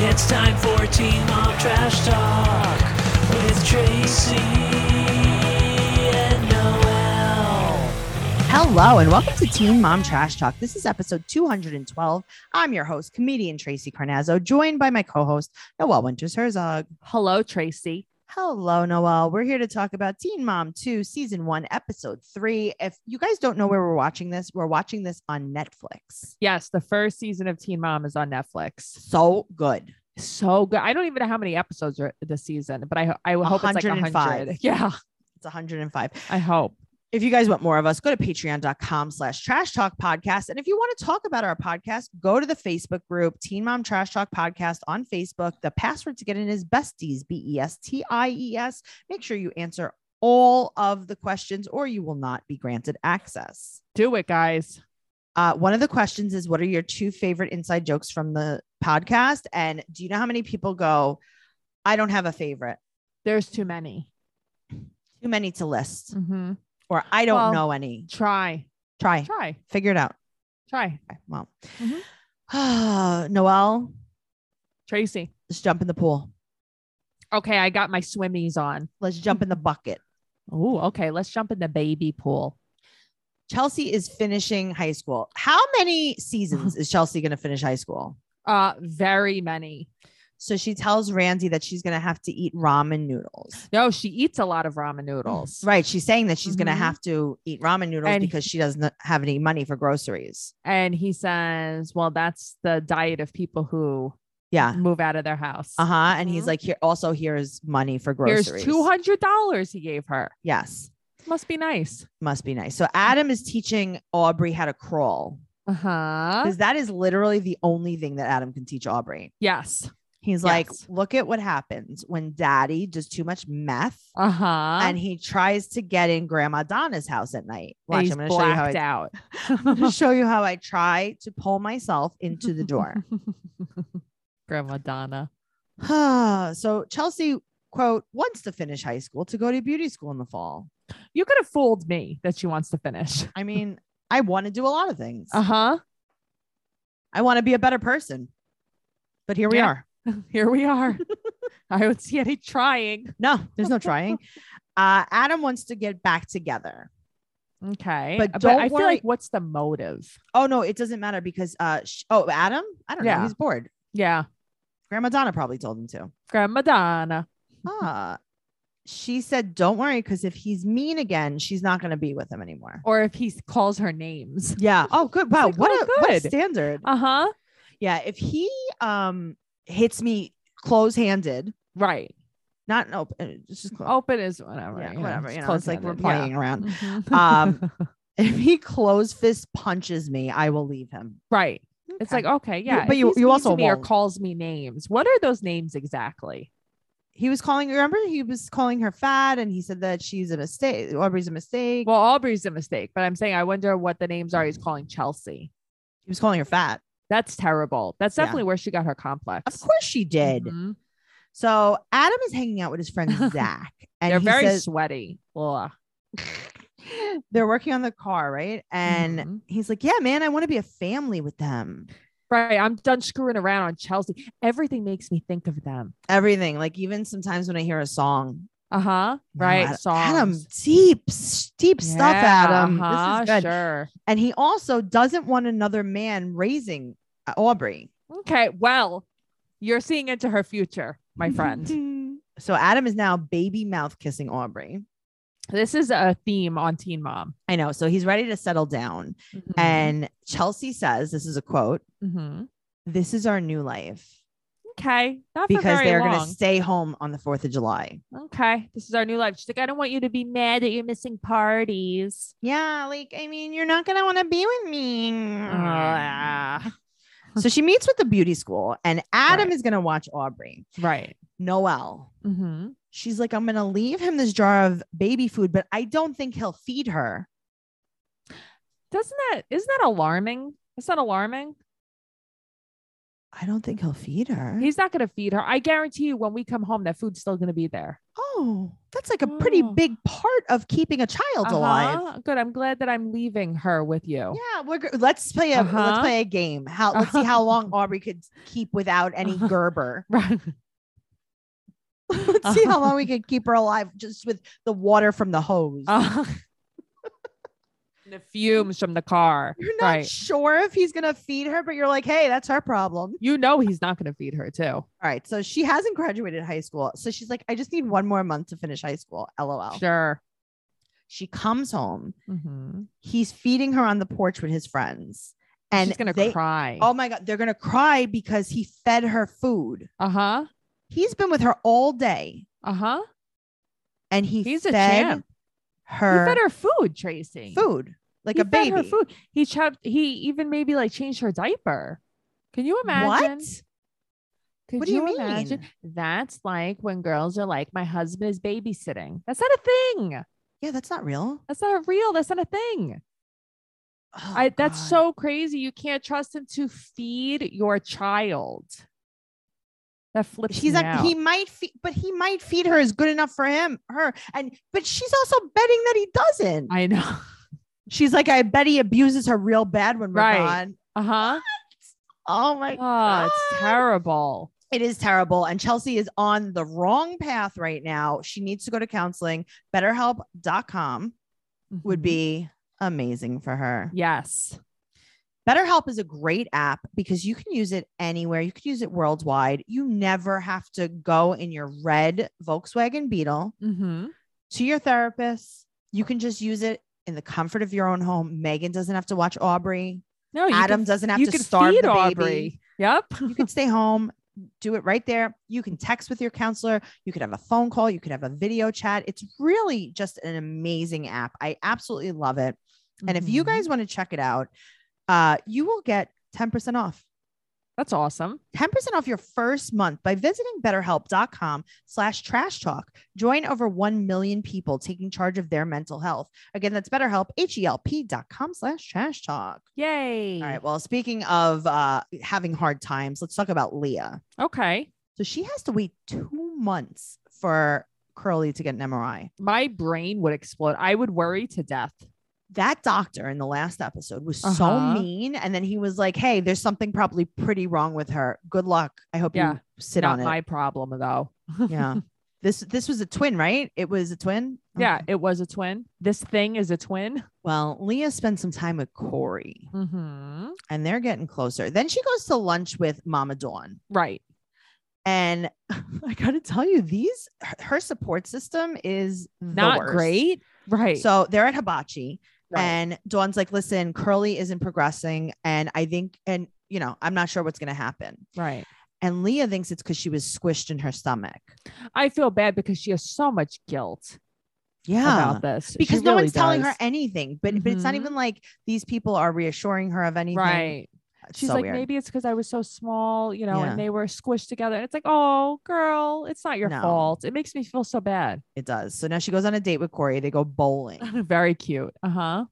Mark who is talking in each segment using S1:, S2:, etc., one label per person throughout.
S1: It's time for Team Up Trash Talk with Tracy and Noel.
S2: Hello and welcome to Teen Mom Trash Talk. This is episode 212. I'm your host, comedian Tracy Carnazzo, joined by my co-host, Noelle Winters Herzog.
S3: Hello, Tracy.
S2: Hello, Noelle. We're here to talk about Teen Mom 2, season one, episode three. If you guys don't know where we're watching this, we're watching this on Netflix.
S3: Yes, the first season of Teen Mom is on Netflix.
S2: So good.
S3: So good. I don't even know how many episodes are this season, but I ho- I hope it's like
S2: 105.
S3: 100. Yeah,
S2: It's 105.
S3: I hope.
S2: If you guys want more of us, go to patreon.com slash trash talk podcast. And if you want to talk about our podcast, go to the Facebook group, Teen Mom Trash Talk Podcast on Facebook. The password to get in is besties, B E S T I E S. Make sure you answer all of the questions or you will not be granted access.
S3: Do it, guys.
S2: Uh, one of the questions is what are your two favorite inside jokes from the podcast? And do you know how many people go, I don't have a favorite,
S3: There's too many.
S2: too many to list,
S3: Mm-hmm.
S2: or I don't
S3: Well-
S2: know any?
S3: Try,
S2: Try,
S3: try,
S2: figure it out.
S3: try.
S2: Okay, well,
S3: Mhm. Mm-hmm.
S2: Noelle,
S3: Tracy.
S2: let's jump in the pool.
S3: Okay, I got my swimmies on.
S2: Let's jump in the bucket.
S3: Oh, okay. Let's jump in the baby pool.
S2: Chelsea is finishing high school. How many seasons is Chelsea going to finish high school?
S3: Uh, very many.
S2: So she tells Randy that she's going to have to eat ramen noodles.
S3: No, she eats a lot of ramen noodles.
S2: Right. She's saying that she's going
S3: Mhm.
S2: to have to eat ramen noodles
S3: And-
S2: because she doesn't have any money for groceries.
S3: And he says, "Well, that's the diet of people who
S2: Yeah.
S3: move out of their house."
S2: Uh huh. And he's
S3: Mhm.
S2: like, here, also, here's money for groceries.
S3: Here's two hundred dollars he gave her.
S2: Yes.
S3: Must be nice.
S2: Must be nice. So Adam is teaching Aubrey how to crawl
S3: Uh huh.
S2: because that is literally the only thing that Adam can teach Aubrey.
S3: Yes.
S2: He's like,
S3: Yes.
S2: look at what happens when daddy does too much meth
S3: Uh huh.
S2: and he tries to get in grandma Donna's house at night. Watch,
S3: he's
S2: I'm gonna show you how
S3: blacked
S2: I,
S3: out.
S2: I'm gonna show you how I try to pull myself into the door.
S3: Grandma Donna.
S2: so Chelsea quote wants to finish high school to go to beauty school in the fall.
S3: You could have fooled me that she wants to finish.
S2: I mean, I want to do a lot of things.
S3: Uh huh.
S2: I want to be a better person. But here we
S3: Yeah.
S2: are.
S3: Here we are. I don't see any trying.
S2: No, there's no trying. Uh, Adam wants to get back together.
S3: Okay.
S2: But
S3: I
S2: don't
S3: feel
S2: worry-
S3: like what's the motive?
S2: Oh no, it doesn't matter because uh sh- oh Adam, I don't know,
S3: Yeah.
S2: he's bored.
S3: Yeah.
S2: Grandma Donna probably told him to.
S3: Grandma Donna.
S2: Ah. She said, "Don't worry because if he's mean again, she's not going to be with him anymore."
S3: Or if he calls her names.
S2: Yeah. Oh, good. Wow.
S3: like,
S2: what,
S3: oh,
S2: a, what a
S3: good.
S2: standard.
S3: Uh huh.
S2: Yeah. If he um hits me close-handed,
S3: Right.
S2: not no, it's just close.
S3: Open is whatever.
S2: Oh, yeah,
S3: you know,
S2: whatever.
S3: it's
S2: You know, it's like Uh, we're
S3: close-handed. Yeah.
S2: playing around.
S3: Mhm.
S2: Um, If he close fist punches me, I will leave him.
S3: right. It's
S2: Okay.
S3: like okay, yeah.
S2: but
S3: if
S2: you-
S3: he's
S2: you
S3: mean
S2: also
S3: to me or
S2: won't.
S3: calls me names. What are those names exactly?
S2: he was calling. Remember, he was calling her fat, and he said that she's a mistake. Aubrey's a mistake.
S3: Well, Aubrey's a mistake, but I'm saying I wonder what the names are. He's
S2: Mm.
S3: calling Chelsea.
S2: He was calling her fat.
S3: That's terrible. That's
S2: Yeah.
S3: definitely where she got her complex.
S2: Of course she did.
S3: Mhm.
S2: So Adam is hanging out with his friend Zach, and
S3: They're
S2: he
S3: very
S2: says
S3: sweaty. Ugh.
S2: they're working on the car, right? And
S3: Mhm.
S2: he's like, "Yeah, man, I want to be a family with them.
S3: right, I'm done screwing around on Chelsea. Everything makes me think of them.
S2: Everything. Like even sometimes when I hear a song,
S3: Uh huh.
S2: you know,
S3: Right.
S2: Ad- Adam,
S3: Songs.
S2: deep, s- deep stuff, Adam.
S3: Uh-huh,
S2: This is good.
S3: Sure.
S2: And he also doesn't want another man raising uh, Aubrey,
S3: Okay. Well, you're seeing into her future, my friend.
S2: so Adam is now baby mouth kissing Aubrey.
S3: this is a theme on Teen Mom.
S2: I know. So he's ready to settle down.
S3: Mm-hmm.
S2: And Chelsea says, "This is a quote."
S3: hmm
S2: this is our new life
S3: okay, not for
S2: because
S3: very
S2: they're going to
S3: long.
S2: stay home on the 4th of July.
S3: okay, this is our new life. She's like, I don't want you to be mad that you're missing parties.
S2: Yeah, like I mean, you're not going to want to be with me. Mm.
S3: Ah.
S2: so she meets with the beauty school and Adam
S3: Right.
S2: is going to watch Aubrey.
S3: right.
S2: Noelle.
S3: Mm-hmm.
S2: She's like I'm going to leave him this jar of baby food, but I don't think he'll feed her.
S3: Doesn't that isn't that alarming? Is that alarming?
S2: I don't think he'll feed her.
S3: He's not going to feed her. I guarantee you, when we come home, that food's still going to be there.
S2: oh, Oh, that's like a pretty
S3: Oh.
S2: big part of keeping a child alive.
S3: Uh-huh. Good. I'm glad that I'm leaving her with you.
S2: Yeah, we're gr- let's play a let's
S3: Uh-huh.
S2: play a game. How let's see how long Aubrey could keep without any
S3: Uh-huh.
S2: Gerber.
S3: Right.
S2: Let's see how long we could keep her alive just with the water from the hose.
S3: Uh, the fumes from the car.
S2: you're not
S3: right.
S2: sure if he's gonna feed her, but you're like, hey, that's her problem.
S3: You know he's not going to feed her too.
S2: All right, so she hasn't graduated high school, so she's like, I just need one more month to finish high school. LOL.
S3: Sure.
S2: She comes home.
S3: Mm-hmm.
S2: He's feeding her on the porch with his friends, and
S3: She's going to
S2: they-
S3: cry.
S2: Oh my god, they're gonna cry because he fed her food.
S3: Uh huh.
S2: He's been with her all day,
S3: Uh huh.
S2: and he
S3: He's a
S2: fed
S3: champ.
S2: her,
S3: he fed her food, Tracy.
S2: food like
S3: He
S2: a
S3: fed
S2: baby.
S3: her food. He chopped. He even maybe like changed her diaper. Can you imagine?
S2: What?
S3: Could
S2: What do you mean?
S3: imagine? That's like when girls are like, "My husband is babysitting." That's not a thing.
S2: Yeah, that's not real.
S3: That's not real. That's not a thing.
S2: Oh,
S3: I, that's
S2: God.
S3: so crazy. You can't trust him to feed your child. That flips.
S2: She's
S3: me
S2: like he might, feed, but he might feed her is good enough for him, her, and but she's also betting that he doesn't.
S3: out. I know.
S2: She's like, I bet he abuses her real bad when we're
S3: Right.
S2: gone.
S3: Uh huh.
S2: Oh my
S3: Oh,
S2: god,
S3: it's terrible.
S2: it is terrible. And Chelsea is on the wrong path right now. She needs to go to counseling. BetterHelp.com would
S3: Mhm.
S2: be amazing for her.
S3: yes.
S2: BetterHelp is a great app because you can use it anywhere. You can use it worldwide. You never have to go in your red Volkswagen Beetle
S3: Mm-hmm.
S2: to your therapist. You can just use it in the comfort of your own home. Megan doesn't have to watch Aubrey.
S3: No, you
S2: Adam
S3: can,
S2: doesn't have
S3: you
S2: to
S3: can
S2: starve
S3: feed
S2: the baby.
S3: Aubrey. Yep.
S2: You can stay home, do it right there. You can text with your counselor. You could have a phone call. You could have a video chat. It's really just an amazing app. I absolutely love it. And if you
S3: Mhm.
S2: guys want to check it out, uh, you will get 10% off.
S3: that's awesome.
S2: 10% off your first month by visiting betterhelp.com slash trash talk. Join over 1 million people taking charge of their mental health. Again, that's betterhelp, H-E-L-P dot com slash trash talk.
S3: Yay.
S2: All right. Well, speaking of uh, having hard times, let's talk about Leah.
S3: Okay.
S2: So she has to wait two months for Curly to get an MRI.
S3: My brain would explode. I would worry to death.
S2: That doctor in the last episode was so
S3: Uh-huh.
S2: mean. And then he was like, hey, there's something probably pretty wrong with her. Good luck. I hope
S3: Yeah,
S2: you sit
S3: Not
S2: on it.
S3: my problem though.
S2: yeah. This this was a twin, right? It was a twin.
S3: Yeah,
S2: Okay.
S3: it was a twin. This thing is a twin.
S2: Well, Leah spent some time with Corey
S3: Mm-hmm.
S2: and they're getting closer. Then she goes to lunch with Mama Dawn.
S3: Right.
S2: And I gotta tell you, these her- her support system is the
S3: Not
S2: worst.
S3: great. Right.
S2: So they're at Hibachi,
S3: Right.
S2: and Dawn's like, "Listen, Curly isn't progressing, and I think, and you know, I'm not sure what's gonna happen."
S3: right.
S2: And Leah thinks it's because she was squished in her stomach.
S3: I feel bad because she has so much guilt
S2: Yeah,
S3: about this. She
S2: because no
S3: really
S2: one's telling her
S3: does.
S2: anything. But but it's not
S3: Mhm.
S2: even like these people are reassuring her of anything.
S3: Right.
S2: It's
S3: She's
S2: so
S3: like,
S2: weird.
S3: maybe it's because I was so small, you know,
S2: Yeah.
S3: and they were squished together. And it's like, oh, girl, it's not your
S2: No.
S3: fault. It makes me feel so bad.
S2: it does. So now she goes on a date with Corey. They go bowling,
S3: Very cute. Uh huh.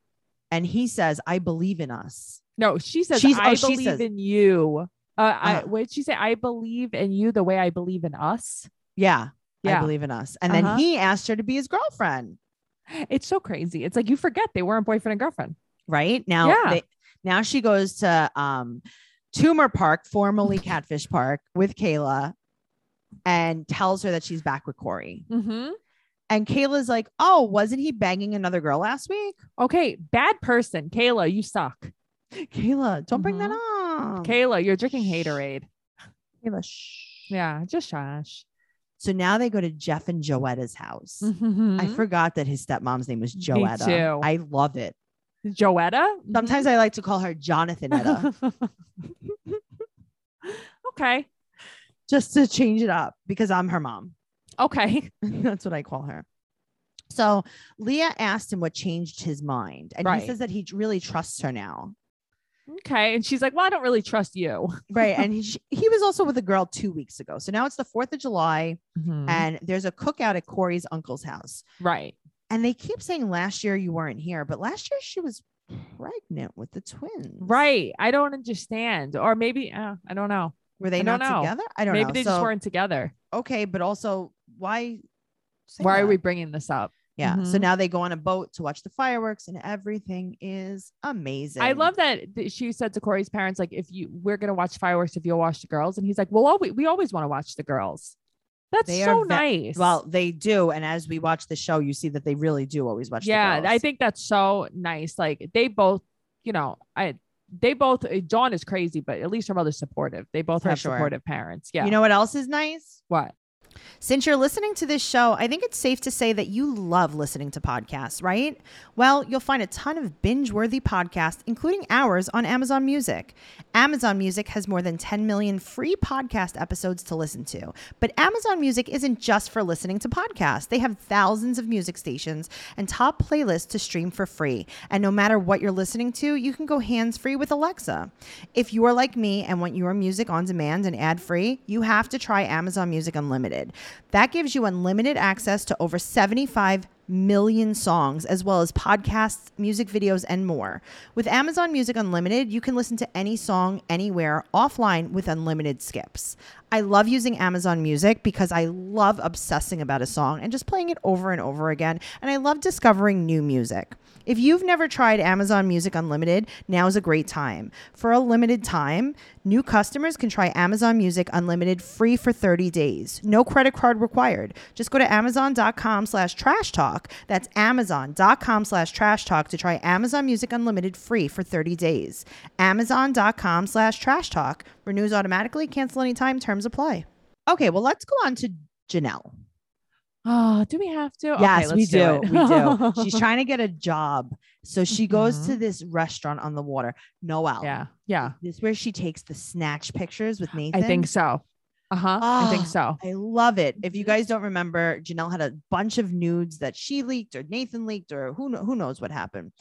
S2: and he says, "I believe in us."
S3: No, she says,
S2: She's-
S3: I
S2: oh, she
S3: believe
S2: says-
S3: in you. Uh, I,
S2: Uh-huh.
S3: what did she say? I believe in you the way I believe in us.
S2: Yeah, I
S3: Yeah.
S2: believe in us. And
S3: Uh-huh.
S2: then he asked her to be his girlfriend.
S3: It's so crazy. It's like you forget they weren't boyfriend and girlfriend.
S2: right now
S3: Yeah.
S2: they, now she goes to um tumor park formerly catfish park with kayla and tells her that she's back with corey
S3: Mm-hmm.
S2: and kayla's like oh wasn't he banging another girl last week
S3: Okay. Bad person. Kayla, you suck.
S2: kayla don't bring that up
S3: Kayla, you're drinking haterade.
S2: kayla shh.
S3: Yeah. Just shush.
S2: so now they go to jeff and joetta's house i
S3: Mhm.
S2: forgot that his stepmom's name was
S3: Me
S2: joetta
S3: too. Mm-hmm.
S2: i love it
S3: Joetta? Mhm.
S2: sometimes i like to call her jonathanetta
S3: okay.
S2: just to change it up because i'm her mom
S3: Okay.
S2: That's what I call her. So Leah asked him what changed his mind, and
S3: Right.
S2: he says that he really trusts her now.
S3: Okay. And she's like, Well, I don't really trust you.
S2: Right, and he she- he was also with a girl two weeks ago. So now it's the Fourth of July, Mm-hmm.
S3: Mm-hmm.
S2: and there's a cookout at Corey's uncle's house.
S3: right.
S2: And they keep saying last year you weren't here, but last year she was pregnant with the twins.
S3: Right. I don't understand. Or maybe, uh, I don't know.
S2: Were they
S3: I
S2: not
S3: don't know.
S2: together? I don't
S3: Maybe
S2: know.
S3: they
S2: so
S3: just weren't together.
S2: okay, but also why? Say
S3: Why are
S2: that.
S3: we bringing this up?
S2: Yeah. So
S3: Mhm.
S2: now they go on a boat to watch the fireworks, and everything is amazing.
S3: I love that th- she said to Corey's parents, like, if you we're gonna watch fireworks, if you'll watch the girls, and he's like, well, always, we always want to watch the girls. That's
S2: They
S3: so
S2: are ve-
S3: nice.
S2: Well, they do, and as we watch the show, you see that they really do always watch. the
S3: yeah, I
S2: girls.
S3: think that's so nice. Like they both, you know, I they both. uh, Dawn is crazy, but at least her mother's supportive. They both
S2: For
S3: have
S2: sure.
S3: supportive parents. Yeah.
S2: You know what else is nice?
S3: what?
S2: Since you're listening to this show, I think it's safe to say that you love listening to podcasts, right? Well, you'll find a ton of binge worthy podcasts, including ours, on Amazon Music. Amazon Music has more than 10 million free podcast episodes to listen to. But Amazon Music isn't just for listening to podcasts, they have thousands of music stations and top playlists to stream for free. And no matter what you're listening to, you can go hands free with Alexa. If you are like me and want your music on demand and ad free, you have to try Amazon Music Unlimited. That gives you unlimited access to over 75 million songs, as well as podcasts, music videos, and more. With Amazon Music Unlimited, you can listen to any song anywhere offline with unlimited skips. I love using Amazon Music because I love obsessing about a song and just playing it over and over again, and I love discovering new music. If you've never tried Amazon Music Unlimited, now is a great time. For a limited time, new customers can try Amazon Music Unlimited free for 30 days. No credit card required. Just go to amazon.com slash trash talk. That's amazon.com slash trash talk to try Amazon Music Unlimited free for 30 days. Amazon.com slash trash talk. Renews automatically. Cancel anytime. Terms apply. Okay, well, let's go on to Janelle.
S3: Oh, do we have to? Okay,
S2: Yes,
S3: let's
S2: we do.
S3: do it.
S2: we do. She's trying to get a job. So she goes to
S3: Mhm.
S2: this restaurant on the water. Noel.
S3: Yeah. Yeah.
S2: This is where she takes the snatch pictures with Nathan.
S3: I think so. Uh huh. I
S2: Ah.
S3: think so.
S2: I love it. If you
S3: Mhm.
S2: guys don't remember, Janelle had a bunch of nudes that she leaked or Nathan leaked or who kno- who knows what happened.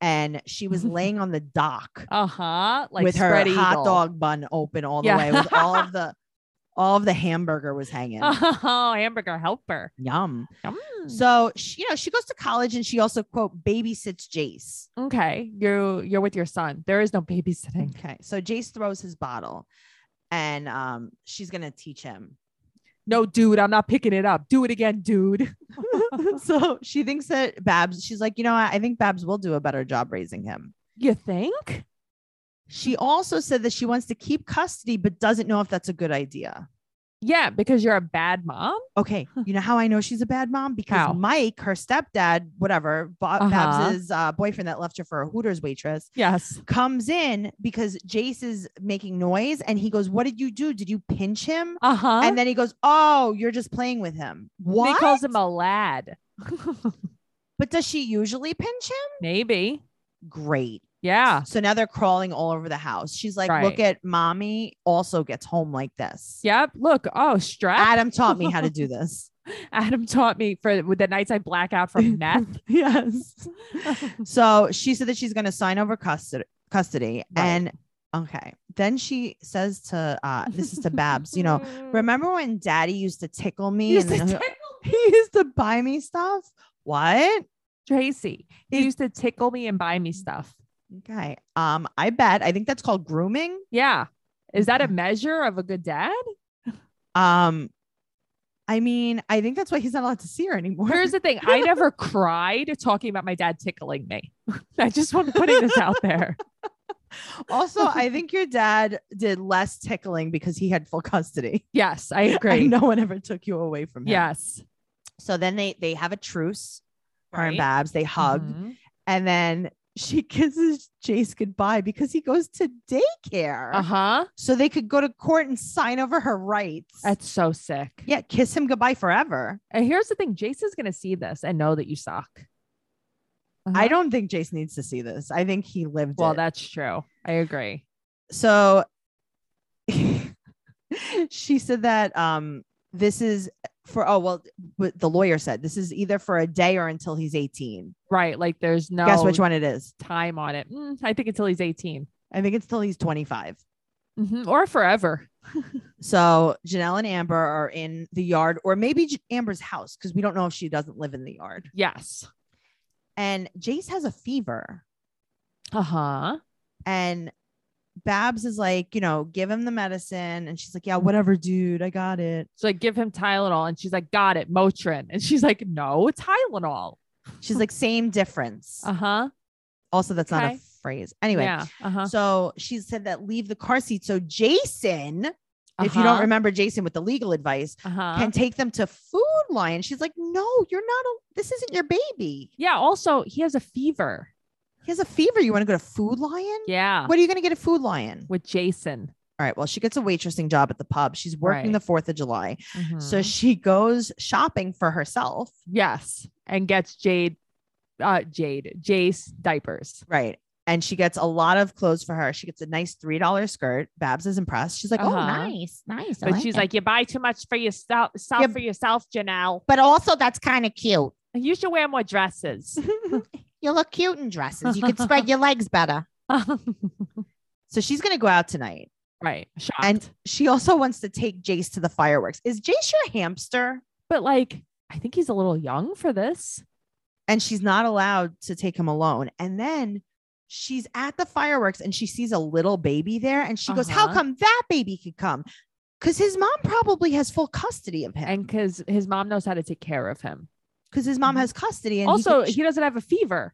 S2: And she was laying on the dock
S3: Uh huh. Like
S2: with her
S3: spread
S2: hot
S3: eagle.
S2: dog bun open all the
S3: Yeah.
S2: way with all of the all of the hamburger was hanging.
S3: Oh, hamburger helper.
S2: Yum.
S3: Yum.
S2: So she, you know, she goes to college and she also quote babysits Jace.
S3: okay, you you're with your son. There is no babysitting.
S2: Okay. So Jace throws his bottle and um, she's going to teach him.
S3: No, dude, I'm not picking it up. Do it again, dude.
S2: so she thinks that Babs, she's like, you know, I, I think Babs will do a better job raising him.
S3: You think?
S2: She also said that she wants to keep custody, but doesn't know if that's a good idea.
S3: Yeah, because you're a bad mom.
S2: Okay. You know how I know she's a bad mom? Because
S3: How?
S2: Mike, her stepdad, whatever, Bob,
S3: Uh-huh.
S2: Babs's uh, boyfriend that left her for a Hooters waitress,
S3: Yes.
S2: comes in because Jace is making noise and he goes, What did you do? Did you pinch him?
S3: Uh huh.
S2: And then he goes, Oh, you're just playing with him. What?
S3: he calls him a lad.
S2: but does she usually pinch him? Ah.
S3: Maybe.
S2: Great.
S3: Yeah.
S2: So now they're crawling all over the house. She's like, Look
S3: Right.
S2: at mommy also gets home like this.
S3: Yep. Look. Oh, strap.
S2: Adam taught me how to do this.
S3: Adam taught me for with the nights I black out from meth.
S2: yes. so she said that she's going to sign over custody. custody
S3: Right.
S2: And okay. Then she says to, uh, This is to Babs, you know, Remember when daddy used to tickle me
S3: Mm. He used to
S2: and uh,
S3: tickle
S2: he used to buy me stuff? What?
S3: Tracy. He
S2: It-
S3: used to tickle me and buy me stuff.
S2: Okay. Um, I bet. I think that's called grooming.
S3: Yeah. Is that a measure of a good dad?
S2: Um, I mean, I think that's why he's not allowed to see her anymore.
S3: Here's the thing. I never cried talking about my dad tickling me. I just want to put this out there.
S2: also, I think your dad did less tickling because he had full custody.
S3: Yes, I agree.
S2: And no one ever took you away from him.
S3: Yes.
S2: So then they they have a truce, her and
S3: Right.
S2: Babs, they hug,
S3: Mhm.
S2: and then she kisses Jace goodbye because he goes to daycare.
S3: Uh-huh.
S2: so they could go to court and sign over her rights.
S3: That's so sick.
S2: yeah, kiss him goodbye forever.
S3: And here's the thing, Jason's gonna see this and know that you suck.
S2: I
S3: Uh-huh.
S2: don't think Jace needs to see this. I think he lived
S3: Well,
S2: it.
S3: that's true. I agree.
S2: so she said that um this is for oh well what the lawyer said this is either for a day or until he's 18.
S3: Right. Like there's no
S2: Guess which one it is?
S3: time on it. Mm, I think until he's 18
S2: I think it's till he's 25.
S3: Mhm. or forever.
S2: So Janelle and Amber are in the yard or maybe J- Amber's house because we don't know if she doesn't live in the yard.
S3: Yes.
S2: And Jace has a fever.
S3: Uh huh.
S2: and Babs is like, you know, give him the medicine. And she's like, yeah, whatever, dude. I got it.
S3: So like, give him Tylenol. And she's like, got it, Motrin. And she's like, no, Tylenol.
S2: She's like, same difference.
S3: Uh huh.
S2: also, that's not a
S3: okay.
S2: phrase. Anyway.
S3: Yeah. Uh
S2: uh-huh.
S3: huh.
S2: So she said that leave the car seat. So Jason, if you don't remember Jason with the legal advice,
S3: uh-huh.
S2: can take them to Food Lion. She's like, no, you're not. A, this isn't your baby.
S3: yeah. Also, he has a fever.
S2: He has a fever. You want to go to Food Lion?
S3: Yeah.
S2: What are you going to get at Food Lion?
S3: With Jason.
S2: All right. Well, she gets a waitressing job at the pub. She's working
S3: Right.
S2: the 4th of July. So
S3: Mhm.
S2: she goes shopping for herself.
S3: yes, and gets Jade, uh, Jade, Jace diapers.
S2: Right. And she gets a lot of clothes for her. She gets a nice $3 skirt. Babs is impressed. She's like, oh,
S3: Uh-huh.
S2: nice, nice. I
S3: But she's
S2: it."
S3: like, you buy too much for yourself, self
S2: Yeah,
S3: for yourself, Janelle.
S2: but also that's kind of cute.
S3: You should wear more dresses.
S2: you look cute in dresses. You can spread your legs better. So she's going to go out tonight.
S3: Um, right. Shocked.
S2: And she also wants to take Jace to the fireworks. Is Jace your hamster?
S3: but like, I think he's a little young for this.
S2: And she's not allowed to take him alone. And then she's at the fireworks and she sees a little baby there and she goes, How
S3: Uh-huh.
S2: come that baby could come? Because his mom probably has full custody of him
S3: And because his mom knows how to take care of him.
S2: because his mom has custody. And he
S3: also,
S2: could-
S3: he doesn't have a fever.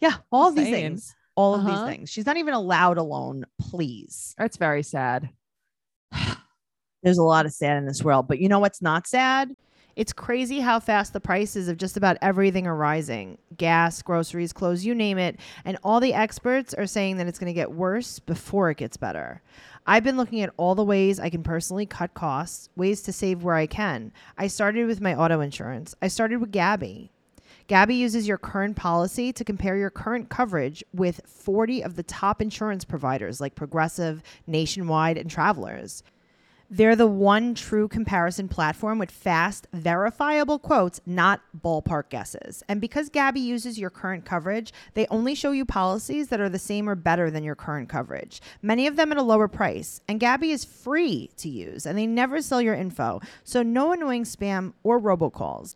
S2: yeah, all
S3: Just
S2: these
S3: saying.
S2: things. All of
S3: Uh-huh.
S2: these things. She's not even allowed alone, please.
S3: That's very sad.
S2: There's a lot of sad in this world, but you know what's not sad?
S4: It's crazy how fast the prices of just about everything are rising gas, groceries, clothes, you name it. And all the experts are saying that it's going to get worse before it gets better. I've been looking at all the ways I can personally cut costs, ways to save where I can. I started with my auto insurance, I started with Gabby. Gabby uses your current policy to compare your current coverage with 40 of the top insurance providers like Progressive, Nationwide, and Travelers. They're the one true comparison platform with fast, verifiable quotes, not ballpark guesses. And because Gabby uses your current coverage, they only show you policies that are the same or better than your current coverage, many of them at a lower price. And Gabby is free to use, and they never sell your info, so no annoying spam or robocalls.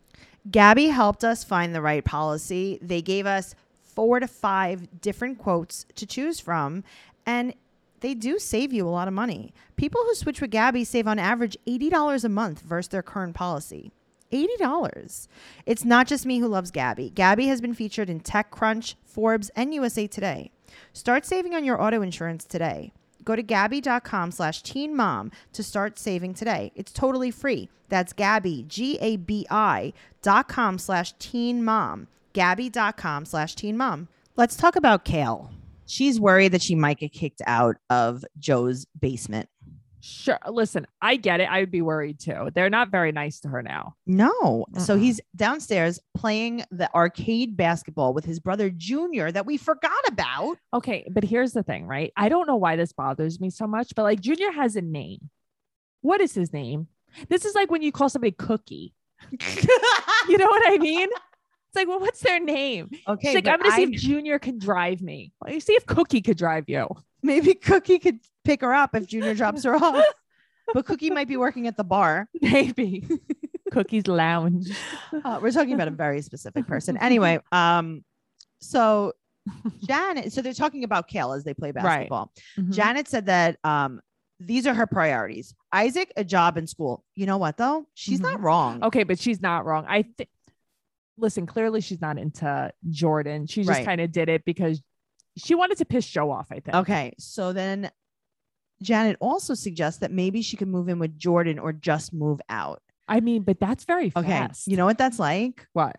S4: Gabby helped us find the right policy. They gave us four to five different quotes to choose from, and they do save you a lot of money. People who switch with Gabby save on average $80 a month versus their current policy. $80. It's not just me who loves Gabby. Gabby has been featured in TechCrunch, Forbes, and USA Today. Start saving on your auto insurance today. Go to Gabby.com slash teen mom to start saving today. It's totally free. That's Gabby, G A B I dot com slash teen mom. Gabby.com slash teen mom. Let's talk about kale.
S2: She's worried that she might get kicked out of Joe's basement.
S3: Sure. Listen, I get it. I would be worried too. They're not very nice to her now.
S2: No. So
S3: Mm-mm.
S2: he's downstairs playing the arcade basketball with his brother Junior that we forgot about.
S3: Okay, but here's the thing, right? I don't know why this bothers me so much, but like Junior has a name. What is his name? This is like when you call somebody Cookie. You know what I mean? It's like, well, what's their name?
S2: okay.
S3: She's like,
S2: but
S3: I'm gonna see
S2: I-
S3: if Junior can drive me. Well, you see if Cookie could drive you.
S2: maybe Cookie could pick her up if Junior drops her off. But Cookie might be working at the bar.
S3: Maybe. Cookie's lounge.
S2: Uh, we're talking about a very specific person. Anyway, um, so Janet, so they're talking about Kale as they play basketball.
S3: Mhm.
S2: Janet said that um, these are her priorities Isaac, a job and school. You know what, though? She's not wrong.
S3: Mm-hmm. Okay, but she's not wrong. I think listen, clearly she's not into Jordan. She just
S2: Right.
S3: kind of did it because she wanted to piss Joe off, I think.
S2: Okay. So then Janet also suggests that maybe she could move in with Jordan or just move out.
S3: I mean, but that's very
S2: Okay.
S3: fast.
S2: You know what that's like?
S3: What?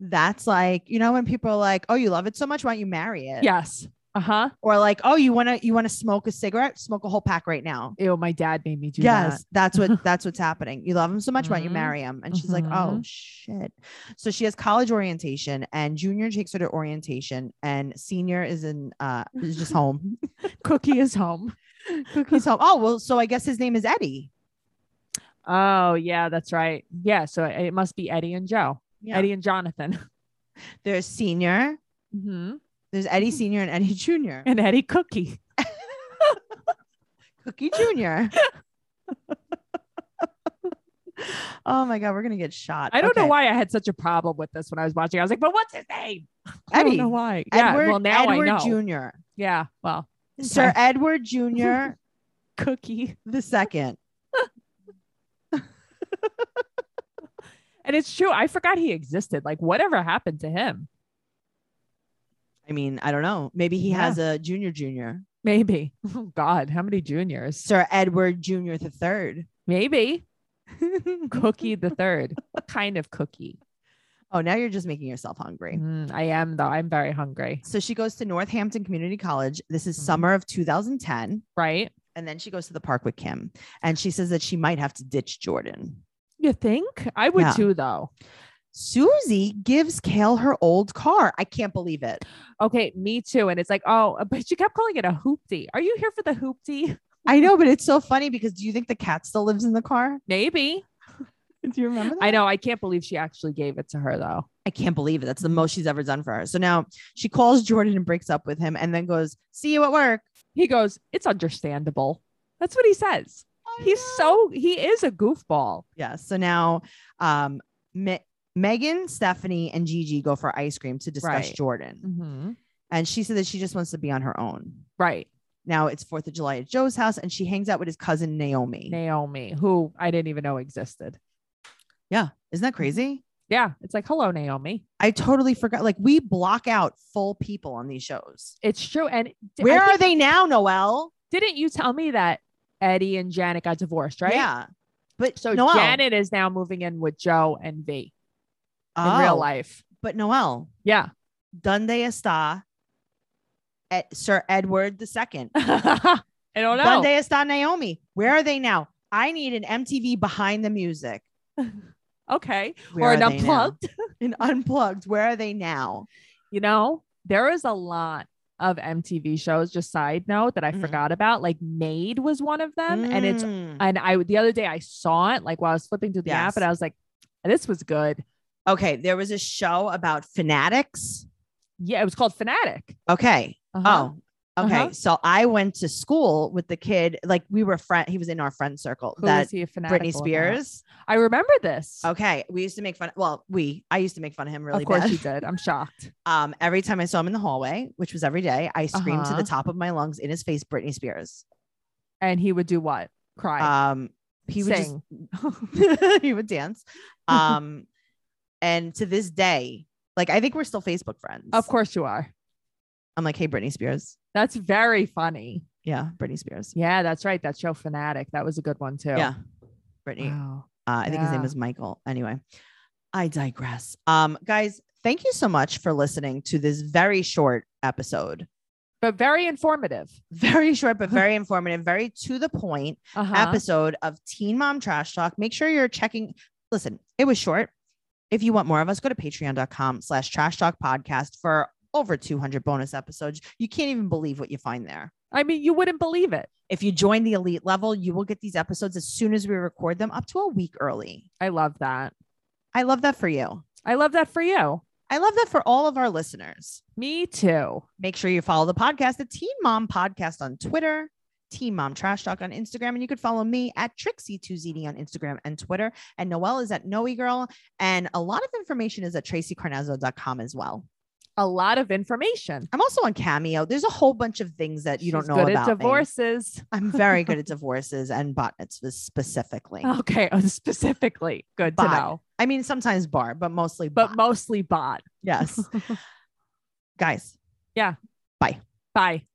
S2: That's like, you know, when people are like, oh, you love it so much, why don't you marry it?
S3: Yes. Uh huh.
S2: Or like, oh, you wanna you wanna smoke a cigarette? Smoke a whole pack right now.
S3: Ew, my dad made me do
S2: yes,
S3: that.
S2: that's what that's what's happening. You love him so much, why don't you
S3: Mhm.
S2: marry him? And she's like, oh
S3: Mm-hmm.
S2: shit. So she has college orientation, and junior takes her to orientation, and senior is in uh is just home.
S3: Cookie is home.
S2: He's home. Oh well, so I guess his name is Eddie.
S3: Oh, yeah, that's right. Yeah. So it it must be Eddie and Joe,
S2: Yeah.
S3: Eddie and Jonathan,
S2: There's senior.
S3: Mhm.
S2: There's Eddie Senior and Eddie Junior.
S3: and Eddie Cookie.
S2: Cookie Junior. oh my god, we're gonna get shot.
S3: I don't know
S2: Okay.
S3: why I had such a problem with this when I was watching. I was like, but what's his name? I
S2: Eddie.
S3: don't know why. yeah.
S2: Edward,
S3: Well, now
S2: Edward
S3: I know.
S2: Junior.
S3: Yeah. Well,
S2: Sir Edward Jr.
S3: cookie.
S2: the second.
S3: And it's true. I forgot he existed. Like, whatever happened to him?
S2: I mean, I don't know. Maybe he has a junior junior.
S3: Maybe. Oh, God, how many juniors?
S2: Sir Edward Jr. the third.
S3: Maybe. Cookie the third. What kind of cookie?
S2: Oh, now you're just making yourself hungry.
S3: Mm, I am, though. I'm very hungry.
S2: So she goes to Northampton Community College. This is
S3: Mhm.
S2: summer of 2010.
S3: Right?
S2: And then she goes to the park with Kim. And she says that she might have to ditch Jordan.
S3: You think? I would
S2: Yeah.
S3: too, though.
S2: Susie gives Kale her old car. I can't believe it.
S3: Okay, me too. And it's like, oh, but she kept calling it a hoopty. Are you here for the hoopty?
S2: I know, but it's so funny because do you think the cat still lives in the car?
S3: Maybe.
S2: Do you remember that?
S3: I know. I can't believe she actually gave it to her, though.
S2: I can't believe it. That's the most she's ever done for her. So now she calls Jordan and breaks up with him and then goes, See you at work.
S3: He goes, it's understandable. That's what he says. He's so, he is a goofball.
S2: Yeah. So now um, Me- Megan, Stephanie, and Gigi go for ice cream to discuss
S3: Right. Mm-hmm.
S2: Jordan. And she said that she just wants to be on her own.
S3: Right.
S2: Now it's 4th of July at Joe's house and she hangs out with his cousin Naomi.
S3: Naomi, who I didn't even know existed.
S2: yeah. Isn't that crazy?
S3: Yeah. It's like, hello, Naomi.
S2: I totally forgot. Like we block out full people on these shows.
S3: It's true. And d- I
S2: Where are
S3: think-
S2: they now, Noel?
S3: Didn't you tell me that Eddie and Janet got divorced, right?
S2: Yeah. But
S3: So
S2: Noel,
S3: Janet is now moving in with Joe and V in
S2: Oh,
S3: real life.
S2: But Noel,
S3: Yeah.
S2: Donde está Ed- E-, Sir Edward II?
S3: I don't know.
S2: Donde está Naomi? Where are they now? I need an MTV behind the music.
S3: okay.
S2: Where
S3: or an
S2: are they now?
S3: unplugged.
S2: An unplugged. Where are they now?
S3: You know, there is a lot of MTV shows, just side note that I
S2: Mhm.
S3: forgot about. Like Made was one of them. And it's
S2: Mm.
S3: and I the other day I saw it like while I was flipping through the
S2: Yes.
S3: app and I was like, this was good.
S2: okay. There was a show about fanatics.
S3: Yeah, it was called Fanatic.
S2: Okay.
S3: Uh-huh.
S2: Oh. Okay,
S3: Uh-huh.
S2: so I went to school with the kid. Like we were friend. He was in our friend circle.
S3: Who
S2: that
S3: was he a fanatical
S2: Britney
S3: about?
S2: Spears.
S3: I remember this.
S2: Okay, we used to make fun. Well, we I used to make fun of him really
S3: of course
S2: bad.
S3: you did. I'm shocked.
S2: Um, every time I saw him in the hallway, which was every day, I screamed to
S3: Uh-huh.
S2: the top of my lungs in his face, Britney Spears.
S3: And he would do what? Cry.
S2: Um, he would
S3: Sing.
S2: just he would dance. Um, and to this day, like I think we're still Facebook friends.
S3: of course you are.
S2: I'm like, hey, Britney Spears.
S3: That's very funny.
S2: Yeah, Britney Spears.
S3: Yeah, that's right. That show Fanatic. That was a good one too.
S2: Yeah, Britney.
S3: Wow.
S2: Uh, I think his name
S3: Yeah.
S2: was Michael. Anyway, I digress. Um, guys, thank you so much for listening to this very short episode.
S3: But very informative.
S2: Very short, but very informative, very to the point
S3: Uh-huh.
S2: episode of Teen Mom Trash Talk. Make sure you're checking. Listen, it was short. If you want more of us, go to patreon.com slash trash talk podcast for over 200 bonus episodes. You can't even believe what you find there.
S3: I mean, you wouldn't believe it.
S2: If you join the elite level, you will get these episodes as soon as we record them up to a week early.
S3: I love that.
S2: I love that for you.
S3: I love that for you.
S2: I love that for all of our listeners.
S3: Me too.
S2: Make sure you follow the podcast, the Teen Mom Podcast on Twitter, Teen Mom Trash Talk on Instagram, and you could follow me at Trixie2ZD on Instagram and Twitter. And Noelle is at Noe Girl. And a lot of information is at TracyCarnazzo.com as well.
S3: A lot of information.
S2: I'm also on Cameo. There's a whole bunch of things that you don't
S3: She's
S2: know
S3: good
S2: about.
S3: at
S2: me.
S3: divorces.
S2: I'm very good at divorces and bot mitzvahs specifically.
S3: Okay, oh, specifically. Good
S2: Bot.
S3: to know.
S2: I mean, sometimes bar, but mostly
S3: But
S2: bot.
S3: mostly bot.
S2: yes. Guys,
S3: Bye.